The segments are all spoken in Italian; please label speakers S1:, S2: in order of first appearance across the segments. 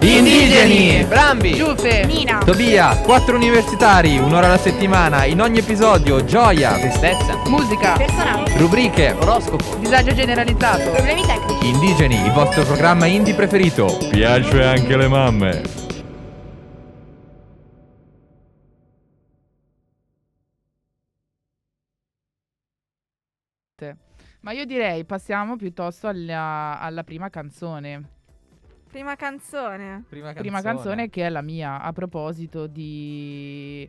S1: Indigeni,
S2: Brambi,
S3: Giuffe,
S4: Nina,
S1: Tobia, quattro universitari, un'ora alla settimana, in ogni episodio, gioia,
S2: tristezza,
S3: musica,
S4: personaggi,
S1: rubriche,
S2: oroscopo,
S3: disagio generalizzato,
S4: problemi tecnici,
S1: Indigeni, il vostro programma indie preferito. Piace anche le mamme.
S3: ma io direi passiamo piuttosto alla, alla prima canzone.
S4: prima canzone.
S3: Prima canzone che è la mia, a proposito di,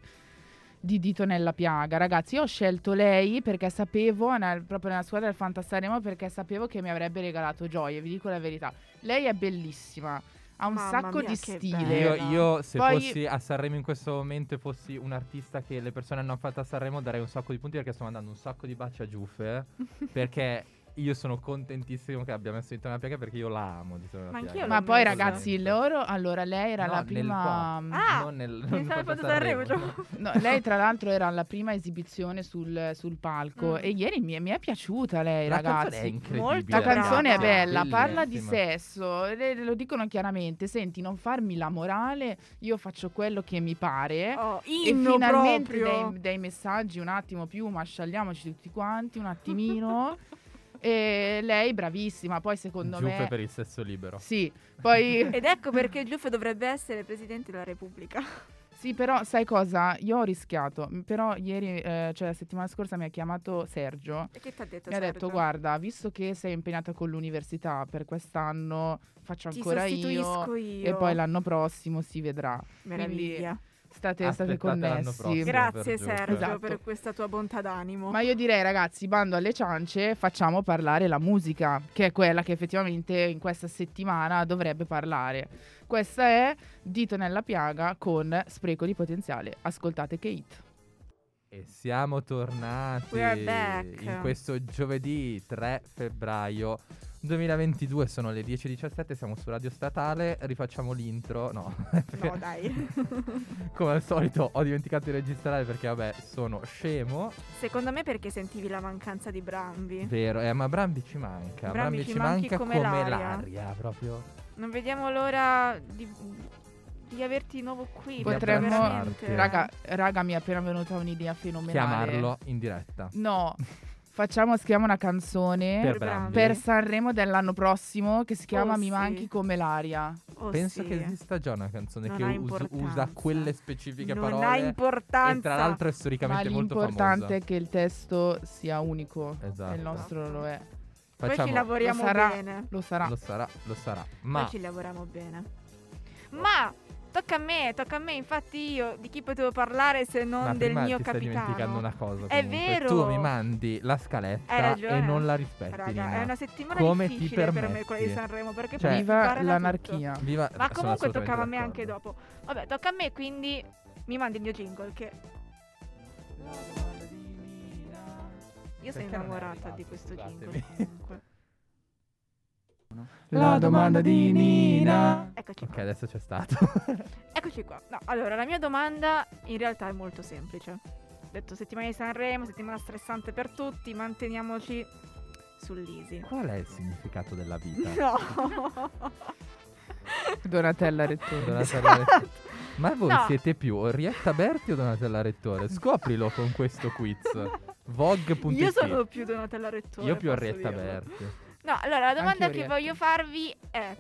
S3: di Dito nella piaga. Ragazzi, io ho scelto lei perché sapevo, nel- proprio nella squadra del Fantasaremo, perché sapevo che mi avrebbe regalato gioie, vi dico la verità. Lei è bellissima, ha un
S4: Mamma
S3: sacco
S4: mia,
S3: di
S4: che
S3: stile.
S1: Io,
S4: Bella.
S1: io, se
S3: Poi-
S1: fossi a Sanremo in questo momento e fossi un artista che le persone hanno fatto a Sanremo darei un sacco di punti perché sto mandando un sacco di baci a Giuffe eh. perché io sono contentissimo che abbia messo in una piaga perché io la amo di
S4: Ma anch'io
S3: Ma
S4: l'ho
S3: poi
S4: messo.
S3: ragazzi, loro, allora lei era
S1: No,
S3: la
S1: nel
S3: prima... mm,
S1: pop.
S4: Ah,
S1: non nel non
S4: Pensavo
S1: fatto a
S4: fosse Sanremo.
S1: Sanremo.
S3: No, lei tra l'altro era alla prima esibizione sul, sul palco
S4: Mm.
S3: e ieri mi, mi è piaciuta lei
S1: La
S3: ragazzi.
S1: canzone è incredibile.
S4: molto
S3: La canzone è
S4: Brava.
S3: bella, parla di
S1: Bellissima.
S3: sesso, le- lo dicono chiaramente, senti non farmi la morale, io faccio quello che mi pare.
S4: Oh,
S3: E
S4: inno
S3: finalmente
S4: proprio.
S3: dei, dei messaggi un attimo più, ma sciagliamoci tutti quanti un attimino. e lei bravissima, poi secondo
S1: Giuffe
S3: me...
S1: per il sesso libero.
S3: Sì, poi
S4: Ed ecco perché Giuffo dovrebbe essere presidente della Repubblica.
S3: Sì, però sai cosa? Io ho rischiato. m, Però ieri, eh, cioè la settimana scorsa, mi ha chiamato Sergio.
S4: E che ti ha detto?
S3: Mi ha detto,
S4: Sergio?
S3: guarda, visto che sei impegnata con l'università per quest'anno, faccio
S4: ti
S3: ancora io.
S4: sostituisco io.
S3: E poi l'anno prossimo si vedrà.
S4: Meraviglia.
S3: State, state
S1: Aspettate l'anno
S3: connessi.
S1: prossimo.
S4: Grazie
S1: per Giuffre.
S4: Sergio
S3: Esatto.
S4: per questa tua bontà d'animo.
S3: Ma io direi, ragazzi, bando alle ciance, facciamo parlare la musica, che è quella che effettivamente in questa settimana dovrebbe parlare. Questa è Dito nella piaga con Spreco di potenziale. Ascoltate Kate.
S1: E siamo tornati
S4: We are back.
S1: in questo giovedì 3 febbraio 2022, sono le 10.17, siamo su Radio Statale, rifacciamo l'intro, no, perché
S4: No, dai.
S1: come al solito ho dimenticato di registrare perché vabbè sono scemo,
S4: Secondo me perché sentivi la mancanza di Brambi.
S1: vero, eh, ma Brambi ci manca,
S4: Brambi
S1: Brambi,
S4: ci
S1: ci
S4: manchi
S1: manca
S4: come
S1: come,
S4: l'aria.
S1: l'aria. proprio,
S4: Non vediamo l'ora di, di averti di nuovo qui. perché
S3: Potremmo-
S4: veramente-
S3: Raga, raga, mi è appena venuta un'idea fenomenale.
S1: Eh. chiamarlo in diretta.
S3: No, facciamo, scriviamo una canzone
S1: Per
S3: per,
S1: Brambi.
S3: Sanremo dell'anno prossimo che si chiama
S4: Oh,
S3: Mi
S4: sì.
S3: manchi come l'aria.
S4: Oh,
S1: Penso
S4: sì.
S1: che esista già una canzone
S4: Non
S1: che
S4: ha
S1: us- usa
S4: importanza.
S1: quelle specifiche
S4: non
S1: parole
S4: ha
S1: e
S4: importanza.
S1: tra l'altro è
S3: Ma
S1: storicamente molto famosa.
S3: l'importante è che il testo sia unico.
S1: Esatto.
S3: E il nostro lo è.
S4: Poi ci
S1: Facciamo
S4: lavoriamo
S3: Lo sarà-
S4: bene.
S3: Lo sarà.
S1: Lo sarà, lo sarà.
S4: Poi
S1: Ma Oh.
S4: ci lavoriamo bene. Ma tocca a me, tocca a me. Infatti io di chi potevo parlare se non
S1: ma
S4: del
S1: prima
S4: mio
S1: ti stai dimenticando
S4: capitano?
S1: una cosa.
S4: È
S1: comunque.
S4: vero.
S1: Tu mi mandi la
S4: Hai
S1: scaletta
S4: ragione.
S1: e non la rispetti.
S4: Raga,
S1: Nina.
S4: è una settimana
S1: Come ti
S4: difficile per me
S1: permetti?
S4: quella di Sanremo perché
S1: Cioè-
S4: poi si
S3: Viva
S4: parla
S3: l'anarchia.
S1: Viva-
S4: tutto. Ma
S1: sono
S4: comunque
S1: assolutamente
S4: toccava a me anche
S1: d'accordo.
S4: dopo. Vabbè, tocca a me, quindi mi mandi il mio jingle che io
S1: Perché non
S4: sono
S1: è
S4: innamorata
S1: arrivato?
S4: di questo jingle
S1: Scusatemi.
S4: comunque.
S1: La domanda di Nina.
S4: Eccoci
S1: Ok,
S4: qua.
S1: adesso c'è stato.
S4: Eccoci qua. No, allora, la mia domanda in realtà è molto semplice. Ho detto settimana di Sanremo, settimana stressante per tutti, manteniamoci sull'easy.
S1: Qual è il significato della vita?
S4: No.
S3: Donatella Rettore.
S1: Donatella Rettore. Ma voi
S4: Esatto. No.
S1: siete più Orietta Berti o Donatella Rettore? Scoprilo con questo quiz. Vogue.it
S4: Io sono più Donatella Rettore.
S1: Io più
S4: posso
S1: Orietta
S4: dirlo.
S1: Berti.
S4: No, allora la domanda
S3: Anch'io
S4: che
S3: Orietta.
S4: voglio farvi è: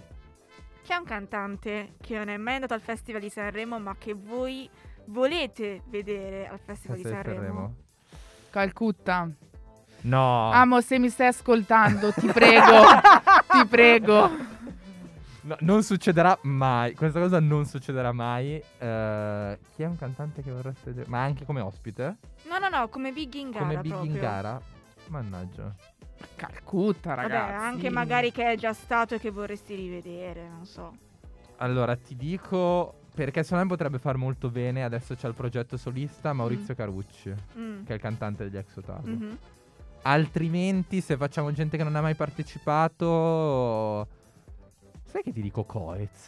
S4: c'è un cantante che non è mai andato al Festival di Sanremo, ma che voi volete vedere al
S1: Festa
S4: Festival di
S1: di
S4: Sanremo?
S1: Sanremo.
S3: Calcutta.
S1: No.
S3: Amo, se mi stai ascoltando, ti prego. ti prego.
S1: No, non succederà mai. Questa cosa non succederà mai. Eh, chi è un cantante che vorreste vedere? Ma anche come ospite?
S4: No, no, no, come Big in gara
S1: come Big
S4: proprio.
S1: in gara? Mannaggia.
S3: Calcutta,
S4: Vabbè,
S3: ragazzi.
S4: anche magari che è già stato e che vorresti rivedere, non so.
S1: Allora, ti dico. Perché secondo me potrebbe far molto bene. Adesso c'è il progetto solista Maurizio Carucci,
S4: Mm.
S1: che è il cantante degli ex Otago.
S4: Mhm.
S1: Altrimenti, se facciamo gente che non ha mai partecipato. Sai che ti dico Coez?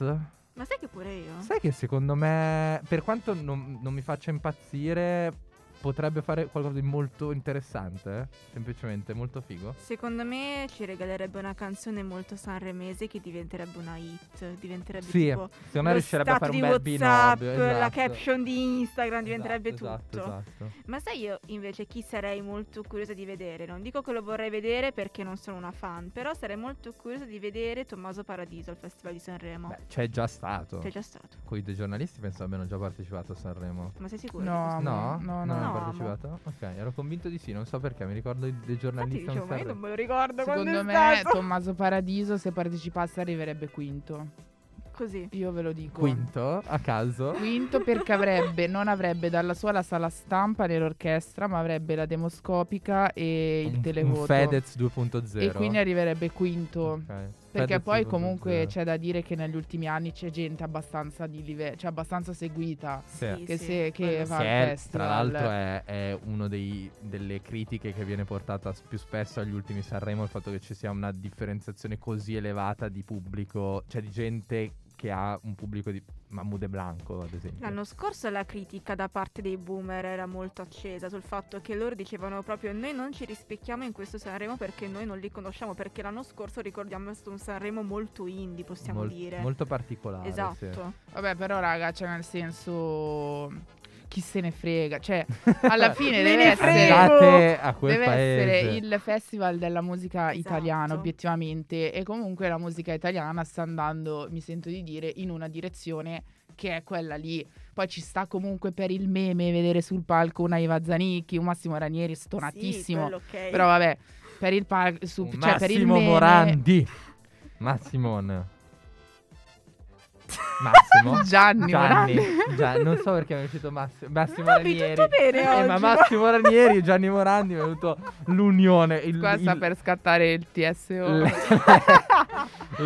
S4: Ma sai che pure io?
S1: Sai che secondo me, per quanto non, non mi faccia impazzire, potrebbe fare qualcosa di molto interessante, semplicemente molto figo.
S4: Secondo me ci regalerebbe una canzone molto sanremese che diventerebbe una hit, diventerebbe
S1: Sì,
S4: tipo
S1: secondo me
S4: lo
S1: riuscirebbe a
S4: stato
S1: fare un
S4: di
S1: bel
S4: WhatsApp,
S1: binomio. Esatto.
S4: la caption di Instagram diventerebbe
S1: Esatto,
S4: tutto.
S1: Esatto, esatto.
S4: Ma sai io invece chi sarei molto curiosa di vedere? Non dico che lo vorrei vedere perché non sono una fan, però sarei molto curiosa di vedere Tommaso Paradiso al Festival di Sanremo.
S1: Beh, ecco. c'è già stato.
S4: Sei già stato,
S1: Quei due giornalisti penso abbiano già partecipato a Sanremo.
S4: ma sei sicuro?
S3: No,
S1: No?
S3: no, no.
S1: Non
S4: No,
S1: hanno
S4: amo.
S1: partecipato? Ok, ero convinto di sì, non so perché, mi ricordo i due
S4: Infatti
S1: giornalisti a
S4: dicevo, ma io
S1: Sanremo.
S4: non me lo ricordo quando
S3: Secondo
S4: è
S3: me
S4: stato.
S3: Tommaso Paradiso se partecipasse arriverebbe quinto.
S4: Così.
S3: Io ve lo dico.
S1: Quinto, a caso.
S3: Quinto perché avrebbe, non avrebbe dalla sua la sala stampa né l'orchestra, ma avrebbe la demoscopica e il
S1: un,
S3: televoto.
S1: un Fedez 2.0.
S3: e quindi arriverebbe quinto.
S1: Ok,
S3: Perché
S1: Fedez
S3: poi
S1: 2.0.
S3: comunque c'è da dire che negli ultimi anni c'è gente abbastanza di livello, cioè abbastanza seguita.
S1: Sì.
S4: Sì,
S3: Che
S4: sì,
S3: se- che
S4: quello
S3: va-
S4: sì.
S1: Che
S3: al
S1: è, tra
S3: festival.
S1: l'altro è, è una delle critiche che viene portata s- più spesso agli ultimi Sanremo, il fatto che ci sia una differenziazione così elevata di pubblico, cioè di gente che ha un pubblico di Mahmoud Blanco, ad esempio.
S4: L'anno scorso la critica da parte dei boomer era molto accesa sul fatto che loro dicevano proprio noi non ci rispecchiamo in questo Sanremo perché noi non li conosciamo, perché l'anno scorso ricordiamo è stato un Sanremo molto indie, possiamo
S1: Mol-
S4: dire.
S1: Molto particolare. sì.
S4: esatto.
S3: Vabbè, però raga, cioè nel senso chi se ne frega, cioè alla fine deve essere
S1: Andate a quel
S3: Deve
S1: paese.
S3: essere il festival della musica
S4: Esatto.
S3: italiana, obiettivamente, e comunque la musica italiana sta andando, mi sento di dire, in una direzione che è quella lì. Poi ci sta comunque per il meme vedere sul palco una Iva Zanicchi, un Massimo Ranieri
S4: Sì,
S3: stonatissimo.
S4: quello ok.
S3: Però vabbè, per il palco, su-
S1: Un
S3: cioè per il
S1: Massimo
S3: meme,
S1: Morandi. Massimon. Massimo.
S3: Gianni,
S1: Gianni.
S3: Morandi.
S1: Gia- non so perché mi è uscito Massimo. Massimo
S4: Robby,
S1: Ranieri.
S4: tutto bene
S1: Eh, ma
S4: oggi,
S1: Massimo Ranieri e Gianni Morandi mi è venuto l'unione. Il,
S3: Qua sta
S1: il-
S3: per scattare il TSO.
S1: l-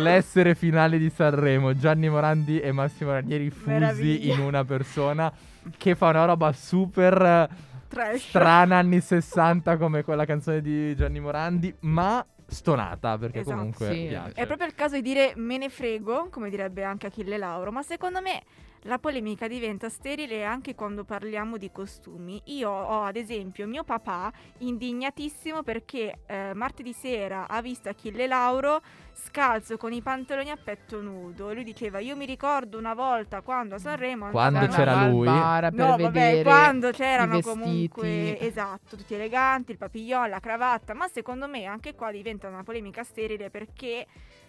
S1: l'essere finale di Sanremo. Gianni Morandi e Massimo Ranieri fusi
S4: Meraviglia.
S1: in una persona che fa una roba super. eh,
S4: Trash.
S1: strana anni 60 come quella canzone di Gianni Morandi, ma stonata perché
S4: Esatto.
S1: comunque
S3: Sì.
S1: piace.
S4: È proprio il caso di dire me ne frego, come direbbe anche Achille Lauro, ma secondo me la polemica diventa sterile anche quando parliamo di costumi. Io ho ad esempio mio papà indignatissimo perché eh, martedì sera ha visto Achille Lauro scalzo con i pantaloni a petto nudo. Lui diceva "Io mi ricordo una volta quando a Sanremo
S1: Quando
S4: andavamo-
S1: c'era
S3: Andava al
S1: lui.
S3: bar per
S4: No,
S3: vedere
S4: vabbè, quando
S3: i
S4: c'erano
S3: vestiti.
S4: comunque esatto, tutti eleganti, il papillon, la cravatta, ma secondo me anche qua diventa una polemica sterile perché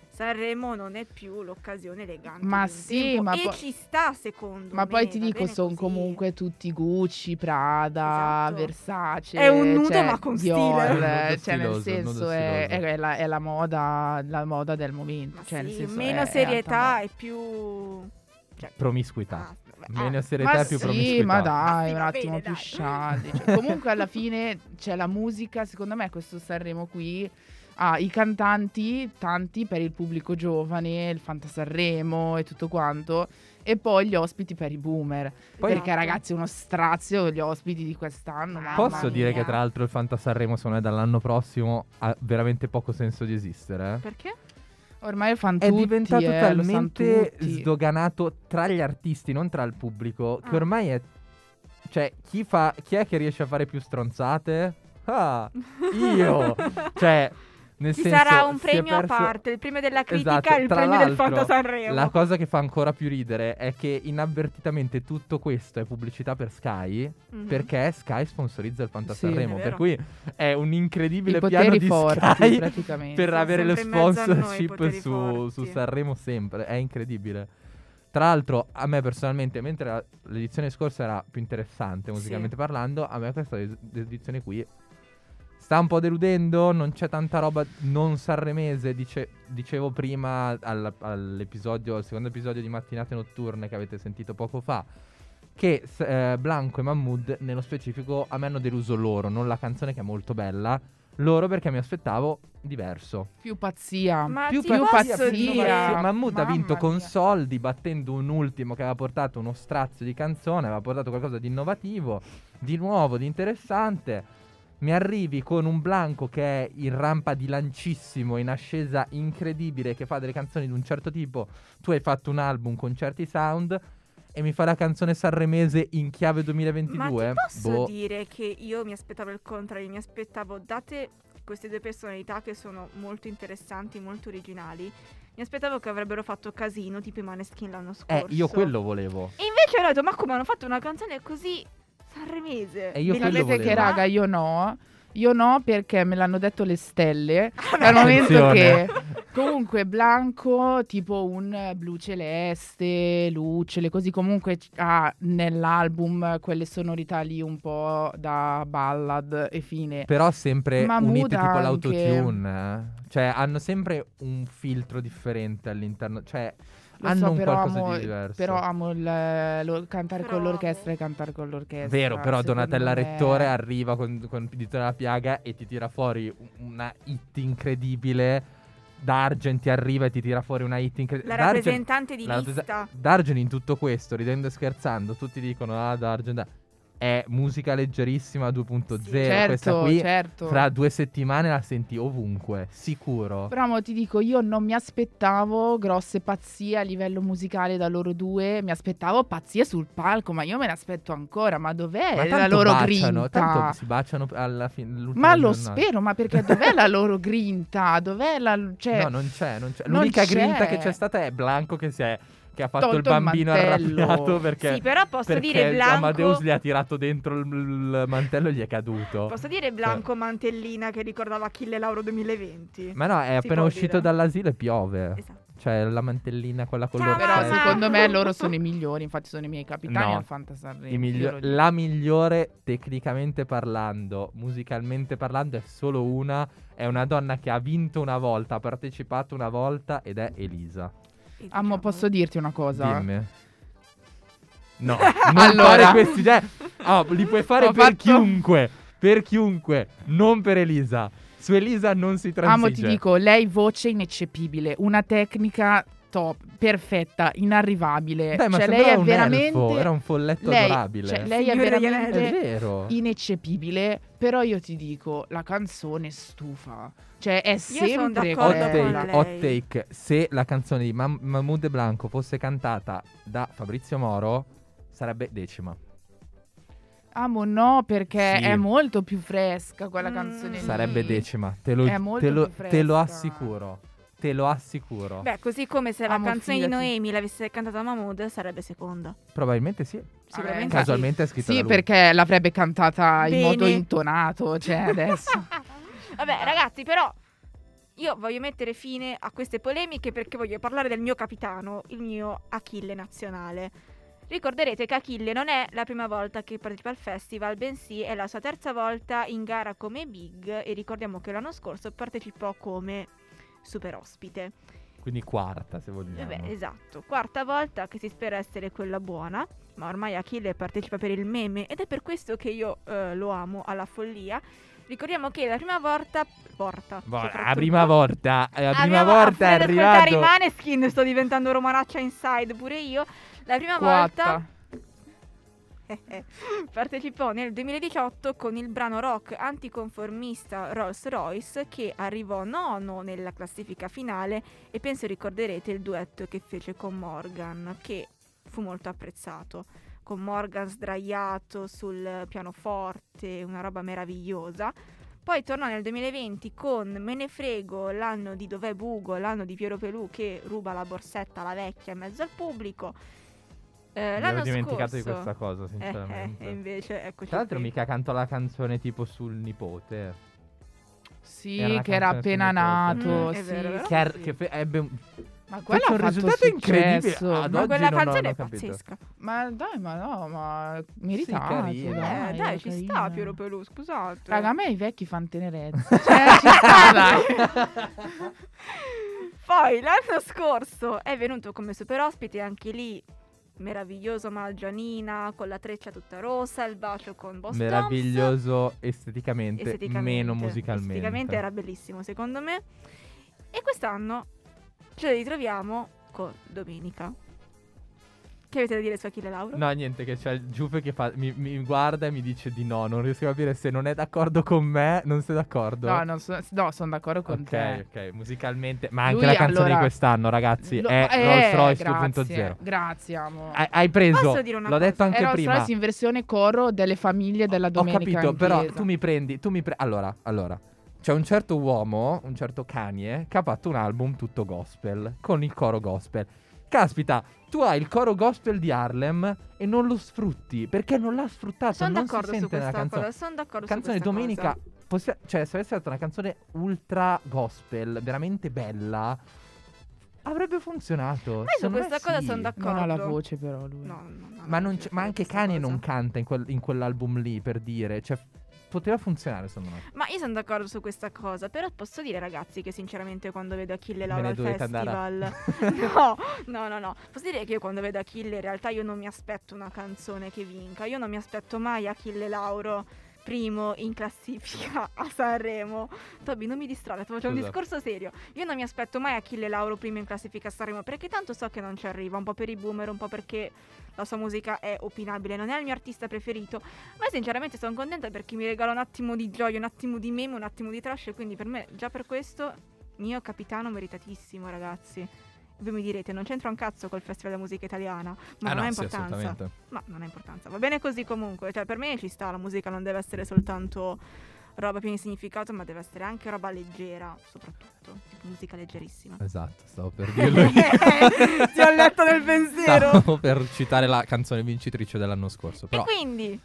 S4: Sanremo non è più l'occasione elegante.
S3: Ma
S4: di un
S3: sì,
S4: tempo.
S3: ma
S4: e
S3: poi-
S4: ci sta secondo me.
S3: Ma poi ti
S4: va
S3: dico,
S4: bene
S3: sono
S4: così.
S3: comunque tutti Gucci, Prada,
S4: Esatto.
S3: Versace.
S4: È un nudo,
S3: cioè,
S4: ma con
S3: Dior,
S4: stile.
S1: Un nudo
S3: Cioè, nel
S1: stiloso, un nudo
S3: senso, è,
S1: stiloso.
S3: è la, è la moda, la moda del momento.
S4: Ma
S3: cioè, nel
S4: sì,
S3: senso,
S4: meno
S3: è- è
S4: serietà
S3: alta
S4: e più cioè,
S1: Promiscuità.
S4: ah, vabbè,
S1: Meno
S4: ah,
S1: serietà
S4: ma
S1: e più
S4: sì,
S3: moda. Sì,
S1: promiscuità.
S3: ma
S4: Ma
S3: dai,
S4: sì,
S3: un
S4: va
S3: attimo
S4: bene,
S3: più
S4: dai.
S3: scialli. Cioè, comunque, alla fine c'è la musica. Secondo me, questo Sanremo qui ha i cantanti, tanti per il pubblico giovane, il Fanta Sanremo e tutto quanto, e poi gli ospiti per i boomer.
S4: esatto.
S1: Poi-
S3: Perché ragazzi è uno strazio gli ospiti di quest'anno. mamma
S1: Posso dire
S3: mia.
S1: che tra l'altro il Fanta Sanremo secondo me dall'anno prossimo ha veramente poco senso di esistere. eh?
S4: Perché?
S3: Ormai lo fanno
S1: È
S3: tutti,
S1: diventato
S3: eh, lo
S1: talmente
S3: sanno tutti.
S1: sdoganato tra gli artisti, non tra il pubblico, che
S4: Ah.
S1: ormai è... Cioè, chi, fa... chi è che riesce a fare più stronzate? Ah, io! cioè, nel
S4: Ci
S1: senso...
S4: sarà un
S1: si è
S4: premio a
S1: perso-
S4: parte, il premio della critica
S1: Esatto,
S4: e il
S1: tra
S4: premio del
S1: l'altro,
S4: Fanta Sanremo.
S1: La cosa che fa ancora più ridere è che inavvertitamente tutto questo è pubblicità per Sky
S4: Mhm.
S1: perché Sky sponsorizza il Fanta
S3: Sì.
S1: Sanremo,
S4: È
S1: per
S4: vero.
S1: cui è un incredibile
S3: I
S1: piano
S3: poteri
S1: di
S3: forti
S1: Sky
S3: praticamente.
S1: per avere
S4: sempre
S1: le
S4: in mezzo a noi,
S1: sponsorship
S4: poteri
S1: su,
S4: forti.
S1: su Sanremo sempre, è incredibile. Tra l'altro, a me personalmente, mentre la- l'edizione scorsa era più interessante musicalmente parlando, a me questa es- edizione qui sta un po' deludendo, non c'è tanta roba non sanremese, dice- dicevo prima al, all'episodio, al secondo episodio di Mattinate Notturne che avete sentito poco fa, che s- eh, Blanco e Mahmood nello specifico a me hanno deluso loro, non la canzone che è molto bella, loro perché mi aspettavo diverso.
S3: Più pazzia.
S4: Ma
S1: più
S4: ti
S1: pazzia,
S4: posso
S3: pazzia,
S1: più
S4: dire-
S1: pazzia. Mahmood ha
S3: Mamma
S1: vinto con
S3: mia.
S1: soldi battendo un ultimo che aveva portato uno strazio di canzone, aveva portato qualcosa di innovativo, di nuovo, di interessante. Mi arrivi con un Blanco che è in rampa di lancissimo, in ascesa incredibile, che fa delle canzoni di un certo tipo. Tu hai fatto un album con certi sound. e mi fa la canzone sanremese in chiave
S4: Ma
S1: 2022.
S4: ti posso
S1: boh.
S4: dire che io mi aspettavo il contrario, mi aspettavo, date queste due personalità che sono molto interessanti, molto originali, mi aspettavo che avrebbero fatto casino tipo i Maneskin l'anno
S1: Eh,
S4: scorso.
S1: io quello volevo.
S4: E invece ho detto, ma come hanno fatto una canzone così sanremese?
S1: E io quello
S3: Sapete
S1: volevo.
S3: che raga, io no. Io no perché me l'hanno detto le stelle.
S4: Ah,
S3: Al momento
S1: Attenzione.
S3: che comunque Blanco, tipo un eh, blu celeste, lucciole, così comunque c- ha nell'album quelle sonorità lì un po' da ballad e fine.
S1: Però sempre
S3: Ma
S1: unite
S3: muda
S1: tipo
S3: anche.
S1: l'autotune. eh. Cioè, hanno sempre un filtro differente all'interno. Cioè,
S3: Lo
S1: hanno
S3: so,
S1: un
S3: però
S1: qualcosa
S3: amo,
S1: di diverso.
S3: Però amo il, lo- cantare
S4: Però
S3: con
S4: amo.
S3: l'orchestra e cantare con l'orchestra.
S1: Vero, però
S3: secondo
S1: Donatella
S3: me-
S1: Rettore arriva con, con Dito nella piaga e ti tira fuori un- una hit incredibile. D'Argen ti arriva e ti tira fuori una hit
S4: La
S1: incredibile. D'Argen,
S4: rappresentante di
S1: la rappresa-
S4: lista.
S1: D'Argen in tutto questo, ridendo e scherzando, tutti dicono ah D'Argen da-". è musica leggerissima 2.0. Questa
S4: Sì.
S3: Certo,
S1: qui
S3: certo.
S1: fra due settimane la senti ovunque, sicuro.
S3: Però mo, ti dico, io non mi aspettavo grosse pazzie a livello musicale da loro due, mi aspettavo pazzie sul palco, ma io me ne aspetto ancora, ma dov'è
S1: Ma
S3: eh, la
S1: tanto
S3: loro
S1: baciano,
S3: grinta?
S1: tanto si baciano alla fine. l'ultima
S3: Ma lo
S1: giornata.
S3: spero, ma perché dov'è la loro grinta? Dov'è la... cioè,
S1: no, non c'è, non c'è.
S3: non
S1: L'unica
S3: c'è.
S1: grinta che c'è stata è Blanco che si è che ha fatto
S3: Tolto
S1: il
S3: il
S1: bambino
S3: mantello.
S1: arrabbiato perché
S4: Sì, però posso
S1: perché
S4: dire
S1: Amadeus gli
S4: Blanco
S1: ha tirato dentro il, il mantello e gli è caduto.
S4: Posso dire Blanco Mantellina che ricordava Achille Lauro 2020?
S1: Cioè Ma no, è
S4: Si
S1: appena
S4: può
S1: uscito
S4: dire.
S1: dall'asilo e piove.
S4: Esatto.
S1: Cioè la mantellina quella con
S4: Ciao,
S1: l'orsetto.
S3: Però
S4: Eh.
S3: secondo me loro sono i migliori, infatti sono i miei capitani
S1: No.
S3: al Fantasarremo.
S1: I migli-
S3: io lo dico.
S1: la migliore tecnicamente parlando, musicalmente parlando, è solo una. È una donna che ha vinto una volta, ha partecipato una volta ed è Elisa.
S4: E
S3: Ammo,
S4: diciamo-
S3: Ah, posso dirti una cosa?
S1: Dimmi. No, non
S3: Allora.
S1: fare questi idee. Ah, li puoi fare
S3: Ho
S1: per
S3: fatto-
S1: chiunque. Per chiunque, non per Elisa. Su Elisa non si transige.
S3: Amo, ti dico, lei voce ineccepibile, una tecnica top, perfetta, inarrivabile.
S1: Dai, ma
S3: cioè, lei
S1: sembrava
S3: è
S1: un
S3: veramente...
S1: elfo, era un folletto
S3: lei,
S1: adorabile.
S3: cioè, lei è
S4: Signore degli
S1: è
S3: veramente
S1: vero.
S3: ineccepibile, però io ti dico, la canzone stufa. Cioè, è
S4: sono
S3: sempre
S1: Hot
S4: d'accordo
S3: quella.
S1: take,
S4: con lei.
S1: hot take. Se la canzone di Mam- Mahmood e Blanco fosse cantata da Fabrizio Moro, sarebbe decima.
S3: Amo no, perché
S1: Sì.
S3: è molto più fresca quella
S4: Mm.
S3: canzone lì.
S1: Sarebbe decima. Te lo,
S3: È molto
S1: te lo-
S3: più
S1: te lo
S3: fresca.
S1: assicuro. Te lo assicuro.
S4: Beh, così come se la
S3: Amo,
S4: canzone di
S3: fidati.
S4: Noemi l'avesse cantata Mahmood sarebbe seconda.
S1: Probabilmente sì.
S4: Sicuramente
S3: Infatti-
S1: Casualmente è scritta da
S3: Sì,
S1: lui.
S3: perché l'avrebbe cantata in
S4: Bene.
S3: modo intonato, cioè adesso.
S4: Vabbè, ragazzi, però io voglio mettere fine a queste polemiche perché voglio parlare del mio capitano, il mio Achille nazionale. Ricorderete che Achille non è la prima volta che partecipa al festival, bensì è la sua terza volta in gara come big e ricordiamo che l'anno scorso partecipò come super ospite.
S1: Quindi quarta, se vogliamo.
S4: Vabbè, esatto, quarta volta che si spera essere quella buona, ma ormai Achille partecipa per il meme ed è per questo che io eh, lo amo alla follia. Ricordiamo che la prima volta... Porta,
S1: Boh, la
S4: soprattutto. Ah,
S1: prima volta, la
S4: La
S1: prima volta è
S4: a furia di ascoltare i
S1: arrivato.
S4: Maneskin, sto diventando romanaccia inside pure io. La prima volta
S3: Quatta.
S4: partecipò nel 2018 con il brano rock anticonformista Rolls Royce che arrivò nono nella classifica finale e penso ricorderete il duetto che fece con Morgan che fu molto apprezzato con Morgan sdraiato sul pianoforte, una roba meravigliosa. Poi tornò nel 2020 con Me ne frego, l'anno di Dov'è Bugo, l'anno di Piero Pelù che ruba la borsetta alla vecchia in mezzo al pubblico. Eh,
S1: Mi
S4: l'anno
S1: ero dimenticato di
S4: scorso-
S1: questa cosa,
S4: eh,
S1: sinceramente.
S4: eh, invece, eccoci
S1: Tra l'altro
S4: qui.
S1: mica canto la canzone tipo sul nipote.
S3: Sì,
S1: Era la
S3: che era
S1: canzone sul
S3: appena
S1: nipote.
S3: nato,
S4: Mm, è
S3: sì,
S4: vero, vero?
S3: sì.
S1: Che, ar-
S4: sì.
S1: che fe- ebbe un...
S3: Ma quella
S1: Fece
S3: ha
S1: un
S3: fatto
S1: risultato incredibile.
S3: successo.
S1: Ad
S4: Ma
S1: oggi
S4: quella
S1: non ho-
S4: canzone
S1: non ho
S4: è
S1: capito.
S4: pazzesca.
S3: Ma dai, ma no, ma
S1: Sì,
S3: meritato.
S1: carina.
S4: Eh,
S3: dai,
S4: dai, ci
S3: carina.
S4: sta Piero Pelù, scusate.
S3: Raga, a me i vecchi fan tenerezza. Cioè, ci sta, dai.
S4: Poi l'anno scorso è venuto come super ospite anche lì. Meraviglioso Malgianina con la treccia tutta rossa, il bacio con Boss Toms.
S1: Meraviglioso esteticamente, meno musicalmente.
S4: Esteticamente era bellissimo secondo me. E quest'anno ce li ritroviamo con Domenica. Che avete da dire su Achille Lauro?
S1: No, niente, che c'è il Giuffe che fa- mi, mi guarda e mi dice di no. Non riesco a capire se non è d'accordo con me, non sei d'accordo.
S3: No, non so- no, sono d'accordo con
S1: ok,
S3: te.
S1: ok, musicalmente. Ma anche
S3: Lui,
S1: la canzone
S3: allora-
S1: di quest'anno, ragazzi,
S3: Lo-
S1: è
S3: eh,
S1: Rolls Royce
S3: grazie,
S1: 2.0.
S3: Grazie, amo.
S1: Hai, hai preso,
S4: Posso dire una
S1: l'ho
S4: cosa?
S1: detto
S3: È
S1: Eh, anche
S3: Rolls
S1: prima.
S3: Royce in versione coro delle famiglie della
S1: Ho
S3: domenica
S1: capito, però
S3: inglese.
S1: tu mi prendi, tu mi pre- allora, allora. C'è un certo uomo, un certo Kanye, che ha fatto un album tutto gospel, con il coro gospel. Caspita, tu hai il coro gospel di Harlem e non lo sfrutti, perché non l'ha sfruttato,
S4: Sono
S1: non si
S4: d'accordo su
S1: sente nella
S4: questa
S1: canzone.
S4: cosa. Sono d'accordo
S1: canzone
S4: su questa
S1: domenica,
S4: cosa.
S1: possi- cioè se avesse fatto una canzone ultra gospel, veramente bella, avrebbe funzionato.
S4: Ma io su
S1: Secondo me
S4: questa cosa
S1: sì.
S4: sono
S3: Non
S4: d'accordo.
S3: ha la voce però lui.
S4: No, no, no,
S1: Ma,
S4: no,
S1: non
S4: c'è
S1: c- ma anche
S4: Ah, questa
S1: Kanye
S4: cosa.
S1: non canta in, quel- in quell'album lì, per dire, cioè f- poteva funzionare secondo me.
S4: Ma io sono d'accordo su questa cosa, però posso dire ragazzi che sinceramente quando vedo Achille
S1: Me
S4: Lauro
S1: ne
S4: al
S1: dovete andare a-
S4: festival... No, no, no, no. Posso dire che io quando vedo Achille in realtà io non mi aspetto una canzone che vinca, io non mi aspetto mai Achille Lauro primo in classifica a Sanremo. Toby, non mi distrarre, sto facendo un
S1: Scusa.
S4: discorso serio. Io non mi aspetto mai Achille Lauro primo in classifica a Sanremo perché tanto so che non ci arriva, un po' per i boomer, un po' perché la sua musica è opinabile, non è il mio artista preferito, ma sinceramente sono contenta perché mi regala un attimo di gioia, un attimo di meme, un attimo di trash, quindi per me già per questo mio capitano meritatissimo, ragazzi. Voi mi direte, non c'entra un cazzo col Festival della Musica Italiana, ma
S1: ah
S4: non
S1: no,
S4: ha
S1: sì,
S4: importanza.
S1: assolutamente.
S4: ma non ha importanza. Va bene così comunque, cioè per me ci sta, la musica non deve essere soltanto roba piena di significato, ma deve essere anche roba leggera, soprattutto, tipo musica leggerissima.
S1: Esatto, stavo per dirlo. io.
S4: Ti ho letto nel pensiero.
S1: stavo per citare la canzone vincitrice dell'anno scorso,
S4: E
S1: però
S4: quindi,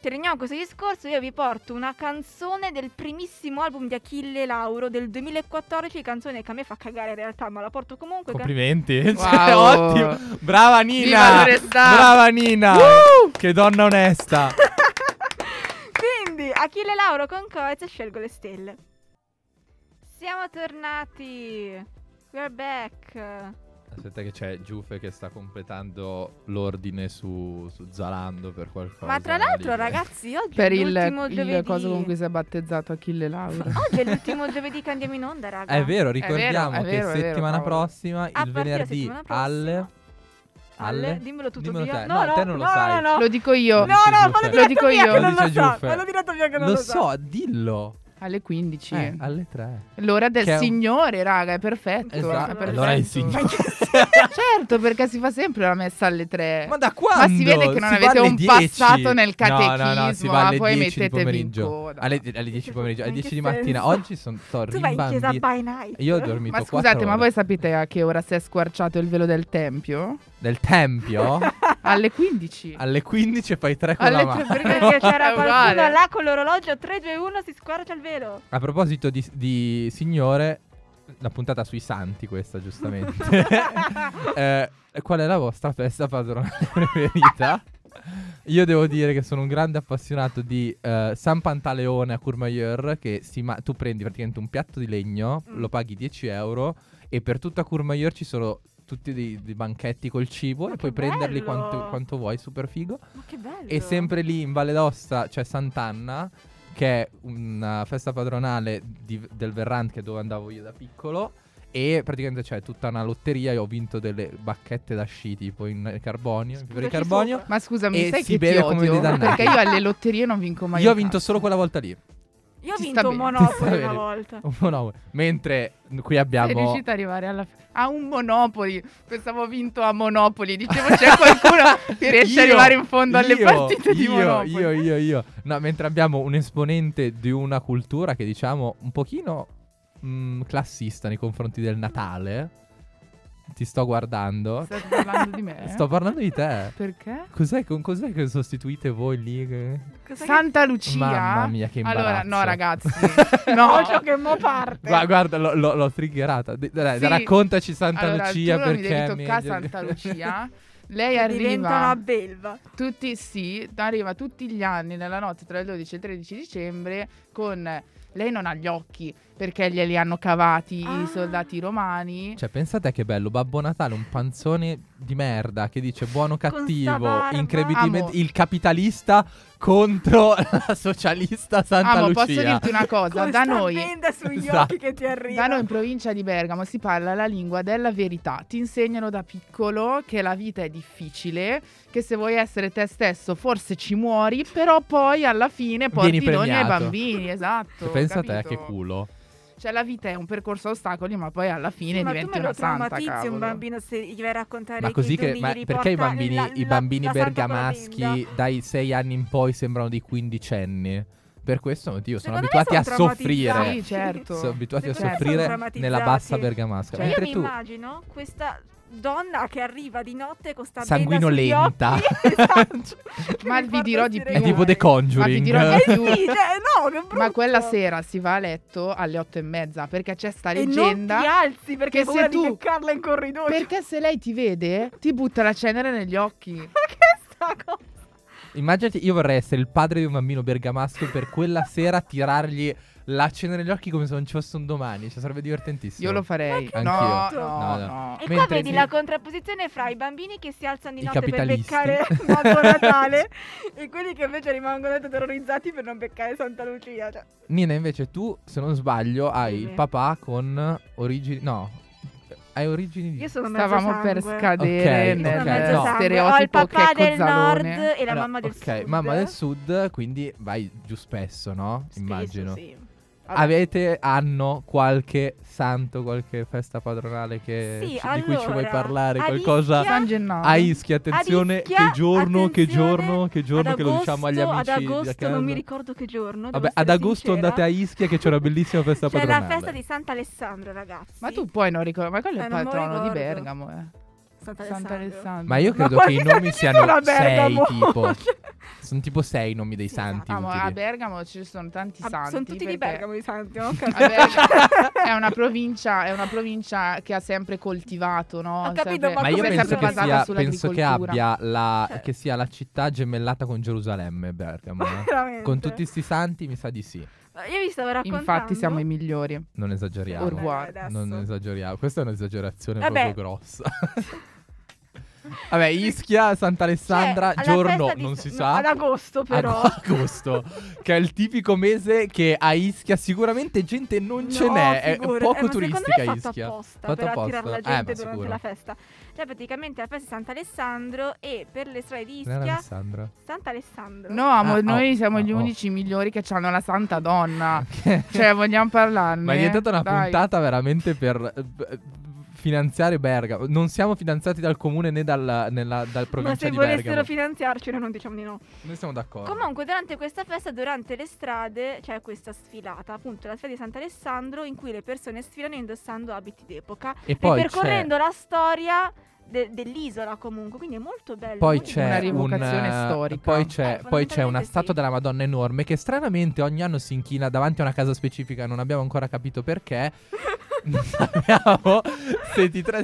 S4: terminiamo questo discorso, io vi porto una canzone del primissimo album di Achille Lauro del 2014, canzone che a me fa cagare in realtà, ma la porto comunque. che-
S1: complimenti. cioè,
S3: Wow.
S1: ottimo. Brava Nina!
S3: Viva Teresa!
S1: Brava Nina!
S3: Woo!
S1: Che donna onesta!
S4: Quindi, Achille Lauro con Coez e scelgo le stelle. Siamo tornati. We're back.
S1: Aspetta che c'è Giuffe che sta completando l'ordine su, su Zalando per qualcosa.
S4: Ma tra l'altro,
S1: lì.
S4: ragazzi, oggi
S3: Per
S4: è
S3: il,
S4: l'ultimo
S3: il
S4: giovedì. Oh,
S3: coso con cui si è battezzato Achille Lauro.
S4: Oggi è l'ultimo giovedì che andiamo in onda, raga.
S1: È vero, ricordiamo
S3: vero, è
S1: che
S3: vero, è vero,
S1: settimana
S3: cavolo.
S1: prossima,
S4: A
S1: il
S4: partire da
S1: venerdì,
S4: settimana prossima.
S1: alle...
S4: Alle? Dimmelo tutto
S1: Dimmelo
S4: Dio.
S1: te.
S4: No,
S1: No, te
S4: no,
S1: non lo
S4: no,
S1: sai.
S4: no, no.
S3: Lo dico io.
S4: No, no,
S1: Giuffe.
S4: me
S3: Lo
S4: l'ho
S3: dico
S4: diretto via
S3: io.
S1: Lo
S4: che non lo
S1: dice
S4: so.
S1: Giuffe.
S4: Me l'ho diretto via che non
S1: Lo
S4: lo
S1: so, dillo.
S3: Alle 15.
S1: Eh, alle 3.
S3: L'ora del
S1: Che è un-
S3: signore, raga, è perfetto.
S4: Esatto,
S3: è
S4: allora
S3: perfetto.
S1: Allora è il
S4: Ma
S1: signore.
S4: che
S3: Certo, perché si fa sempre la messa alle 3.
S1: Ma da quando?
S3: si vede che non avete
S1: alle
S3: un
S1: 10.
S3: passato nel
S1: No, no, no, si
S3: catechismo,
S1: va
S3: ma
S1: alle
S3: poi
S1: 10 di
S3: mettetevi in
S1: pomeriggio.
S3: coda.
S1: Alle, alle 10 di pomeriggio, alle
S4: In che
S1: 10 di mattina.
S4: senso?
S1: Oggi sono sto
S4: Tu vai in chiesa
S1: rimbambito.
S4: by night.
S1: Io ho dormito
S3: Ma
S1: 4
S3: scusate, ma
S1: ore.
S3: voi sapete a che ora si è squarciato il velo del tempio?
S1: Del tempio?
S3: Alle 15.
S1: alle 15 e fai 3 con
S3: Alle
S1: la
S3: tre,
S1: mano.
S4: Perché c'era
S3: È uguale.
S4: qualcuno là con l'orologio 321 si squarcia il velo.
S1: A proposito di, di signore, la puntata sui santi questa, giustamente. Eh, qual è la vostra festa patronale preferita? Io devo dire che sono un grande appassionato di eh, San Pantaleone a Courmayeur, che si ma- tu prendi praticamente un piatto di legno,
S4: Mm.
S1: lo paghi 10 euro e per tutta Courmayeur ci sono tutti dei, dei banchetti col cibo
S4: Ma
S1: e
S4: che
S1: puoi prenderli quanto,
S4: bello!
S1: quanto vuoi, super figo.
S4: Ma che bello.
S1: E sempre lì in Valle d'Aosta c'è Sant'Anna, che è una festa padronale di- del Verrant, che è dove andavo io da piccolo. E praticamente c'è tutta una lotteria. Io ho vinto delle bacchette da sci, tipo in carbonio, in fibre di
S4: Sputaci
S1: carbonio.
S4: sopra.
S3: Ma scusami,
S1: E
S3: sai
S1: si
S3: che ti
S1: beve come dei
S3: odio?
S1: dannati.
S3: Perché io alle lotterie non vinco mai.
S1: Io ho
S3: un
S1: vinto
S3: cazzo.
S1: solo quella volta lì.
S4: Io ho
S3: Ci
S4: vinto
S3: sta
S4: un
S3: bene.
S1: Ci sta
S4: monopoli una
S1: bene.
S4: volta.
S1: Un monopolo. Mentre qui
S3: Sei
S1: abbiamo.
S3: riuscita ad arrivare alla fi- a un Monopoli. Pensavo vinto a Monopoli. Dicevo c'è qualcuno che riesce
S1: Io,
S3: ad arrivare in fondo alle
S1: io,
S3: partite di
S1: io,
S3: Monopoli.
S1: Io, io, io. No, mentre abbiamo un esponente di una cultura che diciamo un pochino mm, classista nei confronti del Natale. Ti sto guardando.
S3: Stai parlando di me?
S1: Sto parlando di te.
S3: Perché?
S1: Cos'è, con cos'è che sostituite voi lì? che-
S4: Cosa
S3: Santa Lucia.
S1: Mamma mia, che imbarazzo.
S3: Allora, no, ragazzi.
S4: che...
S3: No,
S4: Ocio che mo parte.
S1: Gua- guarda, lo- lo- l'ho triggerata. D- dai,
S3: Sì.
S1: Raccontaci Santa
S3: allora,
S1: Lucia
S3: tu non
S1: perché.
S3: mi devi toccare
S1: mi-
S3: Santa Lucia. Lei
S4: Diventa una
S3: arriva
S4: belva.
S3: tutti, sì, arriva tutti gli anni nella notte tra il 12 e il 13 dicembre con lei non ha gli occhi, perché glieli hanno cavati
S4: Ah.
S3: i soldati romani.
S1: Cioè, pensate che bello, Babbo Natale, un panzone di merda che dice buono
S4: Con sta
S1: cattivo,
S4: barba.
S1: incredibilmente
S3: Amo.
S1: il capitalista contro la socialista Santa
S3: Amo,
S1: Lucia.
S3: posso dirti una cosa,
S4: Con
S3: da
S4: sta
S3: noi,
S4: benda sugli
S1: Esatto.
S4: occhi che ti arriva.
S3: da noi in provincia di Bergamo si parla la lingua della verità. Ti insegnano da piccolo che la vita è difficile, che se vuoi essere te stesso forse ci muori, però poi alla fine porti
S1: Vieni
S3: i doni ai
S1: premiato. Cioè,
S3: bambini, esatto.
S1: Pensa a te
S3: capito?
S1: eh, che culo.
S3: Cioè la vita è un percorso a ostacoli, ma poi alla fine
S4: ma tu
S3: diventi
S4: me lo
S3: una santa,
S4: traumatizzi
S3: cavolo.
S4: un bambino se gli vai a raccontare
S1: Ma
S4: che
S1: così
S4: i
S1: che
S4: doni
S1: ma
S4: li
S1: perché i
S4: porta
S1: bambini,
S4: la-
S1: i
S4: la-
S1: bambini
S4: la Santa Clorinda?
S1: bergamaschi dai 6 anni in poi sembrano dei quindicenni? Per questo motivo sono
S4: Secondo me
S1: abituati a
S4: sono
S1: soffrire.
S4: traumatizzati.
S3: Sì, certo.
S1: Sono abituati a
S3: Secondo me
S1: soffrire
S4: sono
S1: nella
S4: traumatizzati.
S1: bassa bergamasca.
S3: Cioè,
S4: Io
S1: Mentre
S4: mi
S1: tu
S4: immagino questa donna che arriva di notte con sta benda
S1: sanguinolenta.
S4: sugli occhi, esatto, che
S3: Ma
S4: mi
S3: vi
S4: porta
S3: dirò di
S4: sti
S3: più.
S1: è
S4: regali.
S1: tipo The
S3: Ma vi dirò
S1: Conjuring.
S3: di
S4: Eh
S3: più.
S4: sì, cioè, no, che brutto.
S3: Ma quella sera si va a letto alle otto e mezza perché c'è sta
S4: e non ti
S3: leggenda.
S4: alzi perché
S3: che
S4: hai
S3: se
S4: paura di
S3: tu-
S4: beccarla in corridoio.
S3: Perché se lei ti vede, ti butta la cenere negli occhi.
S4: Ma che sta cosa?
S1: Immaginati, io vorrei essere il padre di un bambino bergamasco per quella sera tirargli la cena negli occhi come se non ci fosse un domani. Cioè, sarebbe divertentissimo.
S3: Io lo farei.
S1: Anch'io.
S3: No,
S4: Anch'io.
S3: no,
S1: No, no.
S3: no.
S4: E qua
S1: Mentre
S4: vedi
S1: ti-
S4: la contrapposizione fra i bambini che si alzano di
S1: I
S4: notte per
S1: capitalisti.
S4: beccare Babbo Natale e quelli che invece rimangono a letto terrorizzati per non beccare Santa Lucia. Cioè.
S1: Nina, invece, tu, se non sbaglio, hai il
S4: Sì.
S1: papà con origini. No, hai origini di.
S4: Io sono mezzo
S3: Stavamo per
S4: sangue.
S3: scadere
S1: Ok,
S4: Io sono
S1: ok.
S4: mezzo
S1: No.
S3: nel
S4: sangue. Ho il
S3: stereotipo che
S4: papà
S3: è
S4: del
S3: cozzalone.
S4: nord e la
S1: Allora,
S4: mamma del
S1: ok,
S4: sud.
S1: mamma del sud, quindi vai giù spesso, no?
S4: Spesso,
S1: Immagino.
S4: sì. Vabbè.
S1: Avete, hanno qualche santo, qualche festa padronale che,
S4: Sì,
S1: ci- di cui ci vuoi
S4: allora,
S1: parlare?
S4: a
S1: Qualcosa
S4: Ischia-
S3: San Gennaro.
S1: a Ischia, attenzione,
S4: Ad Ischia,
S1: che giorno, che
S4: Ah. attenzione,
S1: giorno, che giorno
S4: ad
S1: che lo diciamo agli
S4: agosto-
S1: amici
S4: Ad agosto
S1: da casa.
S4: non mi ricordo che giorno.
S1: Vabbè, ad agosto andate a Ischia che c'è una bellissima festa
S4: C'è la
S1: padronale.
S4: festa di Sant'Alessandro, ragazzi.
S3: Ma tu puoi non ricordare. Ma quello è
S4: Eh,
S3: il
S4: non me lo
S3: patrono di
S4: ricordo.
S3: Bergamo, eh.
S4: Sant'Alessandro.
S1: Ma io credo che i nomi siano sei, tipo. Sono tipo sei i nomi dei
S4: Sì, esatto,
S1: santi
S3: Ah, ma
S1: utili.
S3: a Bergamo ci sono tanti
S4: Ah,
S3: santi.
S4: sono tutti di
S3: perché-
S4: Bergamo i santi, no?
S3: a Bergamo è, una provincia, è una provincia che ha sempre coltivato, no?
S4: Ho capito,
S3: Sempre-
S4: ma
S1: Ma io
S4: come
S3: sempre
S1: penso che,
S4: basata
S1: sia, penso
S3: sull'agricoltura.
S1: che abbia la,
S4: Cioè-
S1: che sia la città gemellata con Gerusalemme, Bergamo. eh.
S4: Veramente.
S1: Con tutti sti santi mi sa di sì.
S4: Io vi stavo raccontando.
S3: Infatti siamo i migliori.
S1: Non esageriamo.
S3: Au revoir.
S1: Non esageriamo. Questa è un'esagerazione
S4: Vabbè.
S1: proprio grossa. Vabbè, Ischia, Sant'Alessandra,
S4: Cioè,
S1: giorno non si sa.
S4: Ad agosto però.
S1: Ag- agosto, che è il tipico mese che a Ischia sicuramente gente non ce
S4: No,
S1: n'è, è
S4: figura- eh,
S1: poco
S4: ma
S1: turistica
S4: secondo me è fatto
S1: Ischia.
S4: apposta
S1: Fatto
S4: per
S1: apposta.
S4: attirare la
S1: Eh,
S4: gente
S1: ma
S4: durante
S1: sicuro.
S4: la festa. Cioè praticamente la festa di Sant'Alessandro e per le strade di
S1: Non era
S4: Ischia
S1: Alessandra.
S4: Sant'Alessandro.
S3: No, amo,
S1: Ah, oh,
S3: noi siamo gli
S1: ah, oh.
S3: unici migliori che hanno la santa donna. cioè, vogliamo parlarne.
S1: Ma è diventata una
S3: Dai.
S1: puntata veramente per eh, b- finanziare Bergamo. Non siamo finanziati dal comune né dal, nella, dal
S4: Ma
S1: provincia
S4: se
S1: di
S4: volessero
S1: Bergamo.
S4: finanziarci noi non diciamo di no.
S1: Noi siamo d'accordo.
S4: Comunque durante questa festa, durante le strade, c'è questa sfilata, appunto la strada di Sant'Alessandro in cui le persone sfilano indossando abiti d'epoca,
S1: e poi c'è,
S4: ripercorrendo la storia de- dell'isola comunque, quindi è molto bello.
S1: poi
S4: molto
S1: c'è
S3: Una
S4: bello.
S1: un,
S3: rievocazione
S1: eh,
S3: storica.
S1: Poi c'è,
S4: Eh,
S1: poi c'è una
S4: fondamentalmente
S1: statua
S4: sì.
S1: della Madonna enorme che stranamente ogni anno si inchina davanti a una casa specifica. Non abbiamo ancora capito perché. Non sappiamo se ti tra-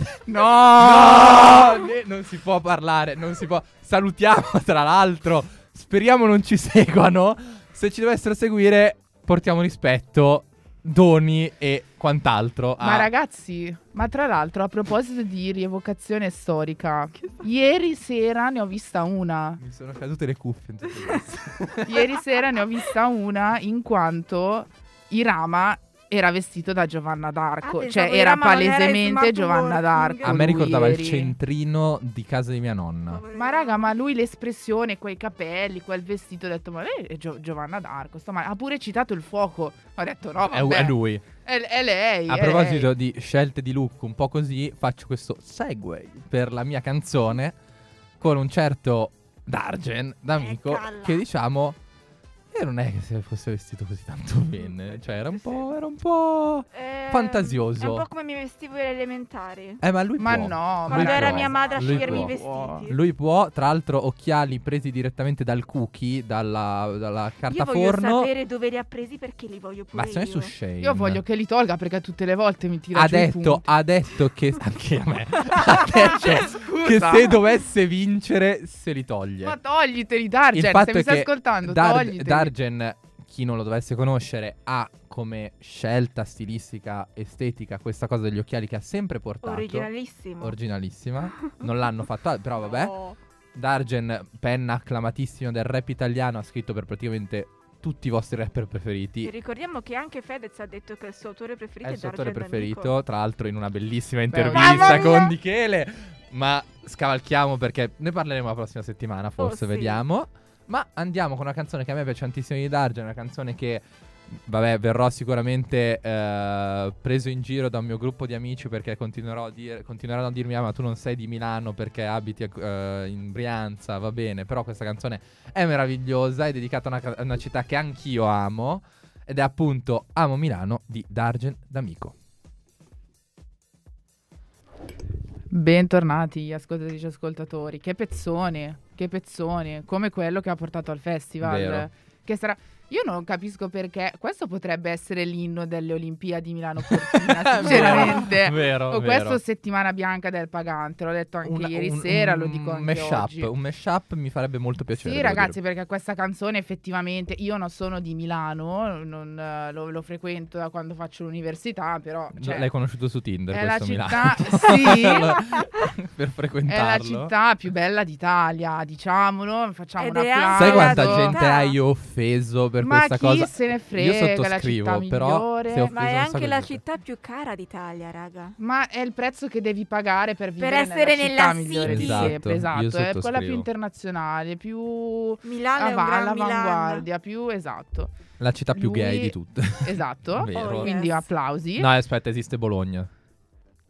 S1: No! Ne- non si può parlare, non si può. Salutiamo tra l'altro. Speriamo non ci seguano. Se ci dovessero seguire, portiamo rispetto, doni e quant'altro. a-
S3: Ma ragazzi, ma tra l'altro, a proposito di rievocazione storica, ieri sera ne ho vista una.
S1: Mi sono cadute le cuffie. in tutto questo.
S3: Ieri sera ne ho vista una in quanto Irama era vestito da Giovanna d'Arco,
S4: Ah,
S3: cioè
S4: pensavo
S3: era
S4: Irama non era in
S3: palesemente
S4: smart
S3: Giovanna
S4: working.
S3: d'Arco.
S1: a me
S3: lui
S1: ricordava il
S3: ieri.
S1: centrino di casa di mia nonna.
S3: Ma raga, ma lui l'espressione, quei capelli, quel vestito, ho detto, ma lei è Gio- Giovanna d'Arco, sto male. Ha pure citato il fuoco. Ho detto, no,
S1: È,
S3: Oh, vabbè, eh.
S1: è lui.
S3: È, è lei.
S1: A
S3: è
S1: proposito di scelte di look un po' così, faccio questo segue per la mia canzone con un certo Dargen, d'amico,
S4: Eccola.
S1: che diciamo... E non è che se fosse vestito così tanto bene, cioè era un po'... Era un po'...
S4: Eh,
S1: fantasioso.
S4: È un po' come mi vestivo alle elementari.
S1: Eh ma lui
S3: lei. Ma
S1: può.
S3: no,
S1: Lui
S4: Quando era
S1: può.
S4: mia madre a
S1: Lui
S4: scegliermi i
S1: può.
S4: vestiti.
S1: Lui può, tra l'altro occhiali presi direttamente dal cookie, dalla, dalla carta
S4: Io voglio
S1: forno,
S4: sapere dove li ha presi perché li voglio pure
S1: ma se
S4: io.
S1: è su Shane.
S3: Io voglio che li tolga perché tutte le volte mi tira
S1: ha
S3: giù i
S1: detto,
S3: punti. Cioè,
S1: ha detto che... Anche a me. ha detto che
S3: Scusa.
S1: se dovesse vincere se li toglie.
S3: Ma togliteli, Dargen,
S1: il fatto
S3: se mi
S1: è
S3: stai
S1: che
S3: ascoltando,
S1: Dar-
S3: togliteli.
S1: Dargen, chi non lo dovesse conoscere, ha come scelta stilistica, estetica, questa cosa degli occhiali che ha sempre portato.
S4: Originalissimo. Oh.
S1: originalissima. Non l'hanno fatta, però vabbè.
S4: No.
S1: Dargen, penna acclamatissimo del rap italiano, ha scritto per praticamente tutti i vostri rapper
S4: E
S1: preferiti.
S4: ricordiamo che anche Fedez ha detto che il suo autore preferito
S1: È
S4: è,
S1: Eh, il suo
S4: Dargen
S1: autore
S4: D'Amico.
S1: preferito, tra l'altro in una bellissima
S3: Mamma
S1: intervista
S4: mia!
S1: con Michele. Ma scavalchiamo perché ne parleremo la prossima settimana, forse
S4: sì.
S1: vediamo. Ma andiamo con una canzone che a me piace tantissimo di Dargen, una canzone che Vabbè, verrò sicuramente eh, preso in giro da un mio gruppo di amici perché continuerò a dire- continueranno a dirmi: Ah, ma tu non sei di Milano perché abiti eh, in Brianza, va bene. Però questa canzone è meravigliosa, è dedicata a una, ca- a una città che anch'io amo. Ed è appunto Amo Milano di Dargen D'Amico.
S3: Bentornati ascoltatrici e ascoltatori. Che pezzone, che pezzone, come quello che ha portato al festival.
S1: Vero.
S3: Che sarà Io non capisco perché questo potrebbe essere l'inno delle Olimpiadi Milano Cortina, sinceramente.
S1: vero, vero.
S3: o Oh, questo settimana bianca del pagante, l'ho detto anche
S1: Una-
S3: ieri
S1: un-
S3: sera,
S1: un
S3: lo dico anche
S1: mashup,
S3: oggi.
S1: Un mashup mi farebbe molto piacere.
S3: Sì,
S1: Cioè, devo
S3: ragazzi,
S1: dire.
S3: perché questa canzone effettivamente io non sono di Milano, non, eh, lo, lo frequento da quando faccio l'università, però cioè,
S1: L'hai conosciuto su Tinder
S3: è la
S1: questo
S3: città,
S1: Milano.
S3: sì.
S1: per
S3: è la
S1: frequentarlo.
S3: città più bella d'Italia, diciamolo, facciamo
S4: Ed
S3: una
S4: è anche-
S3: piazza.
S1: Sai
S4: Ah,
S1: quanta
S4: guarda.
S1: gente hai offeso per
S3: Ma
S1: questa
S3: chi
S1: cosa?
S3: se ne
S1: Io
S3: frega, è la
S1: sottoscrivo,
S3: città
S1: però
S3: migliore.
S1: se ho offeso
S4: Ma è
S1: un sacco
S4: anche
S1: di
S4: la
S1: gente.
S4: città più cara d'Italia, raga.
S3: Ma è il prezzo che devi pagare per vivere
S4: essere
S3: nella città
S4: nella
S3: migliore di
S1: city.
S3: sempre,
S1: Esatto, io
S3: esatto, è quella più
S1: sottoscrivo.
S3: internazionale, più
S4: Milano
S3: av-
S4: è un gran Milano.
S3: all'avanguardia, più esatto,
S1: La città più
S3: Lui-
S1: gay di tutte.
S3: esatto.
S1: Vero.
S4: Oh, yeah.
S3: Quindi
S4: Yes.
S3: applausi.
S1: No, aspetta, esiste Bologna.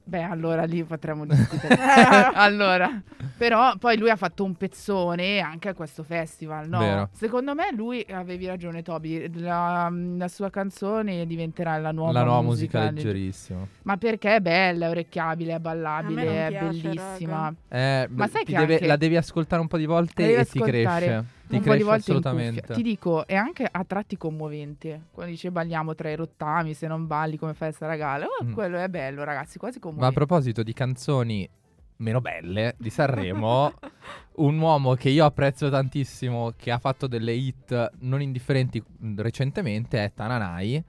S3: Beh, allora lì potremmo discutere. allora, però poi lui ha fatto un pezzone anche a questo festival, no?
S1: Vero.
S3: Secondo me lui avevi ragione, Toby. La, la sua canzone diventerà la nuova,
S1: la nuova musica,
S3: legge-
S1: leggerissima.
S3: Ma perché è bella, è orecchiabile, è
S4: A me
S3: ballabile,
S4: non
S3: è
S4: piace,
S3: bellissima.
S4: raga.
S1: Eh,
S3: Ma
S1: beh,
S3: sai
S1: ti
S3: che
S1: deve-
S3: anche-
S1: la devi ascoltare un po' di volte
S3: La devi
S1: e ti
S3: ascoltare
S1: cresce. Ti
S3: un
S1: cresce
S3: po' di volte in
S1: assolutamente.
S3: cuffia. Ti dico, è anche a tratti commovente. Quando dice balliamo tra i rottami, se non balli come fai a stare a gala. Oh,
S1: Mm.
S3: Quello è bello, ragazzi, quasi
S1: Ma a
S3: commovente.
S1: proposito di canzoni meno belle di Sanremo, un uomo che io apprezzo tantissimo, che ha fatto delle hit non indifferenti mh, recentemente, è Tananai,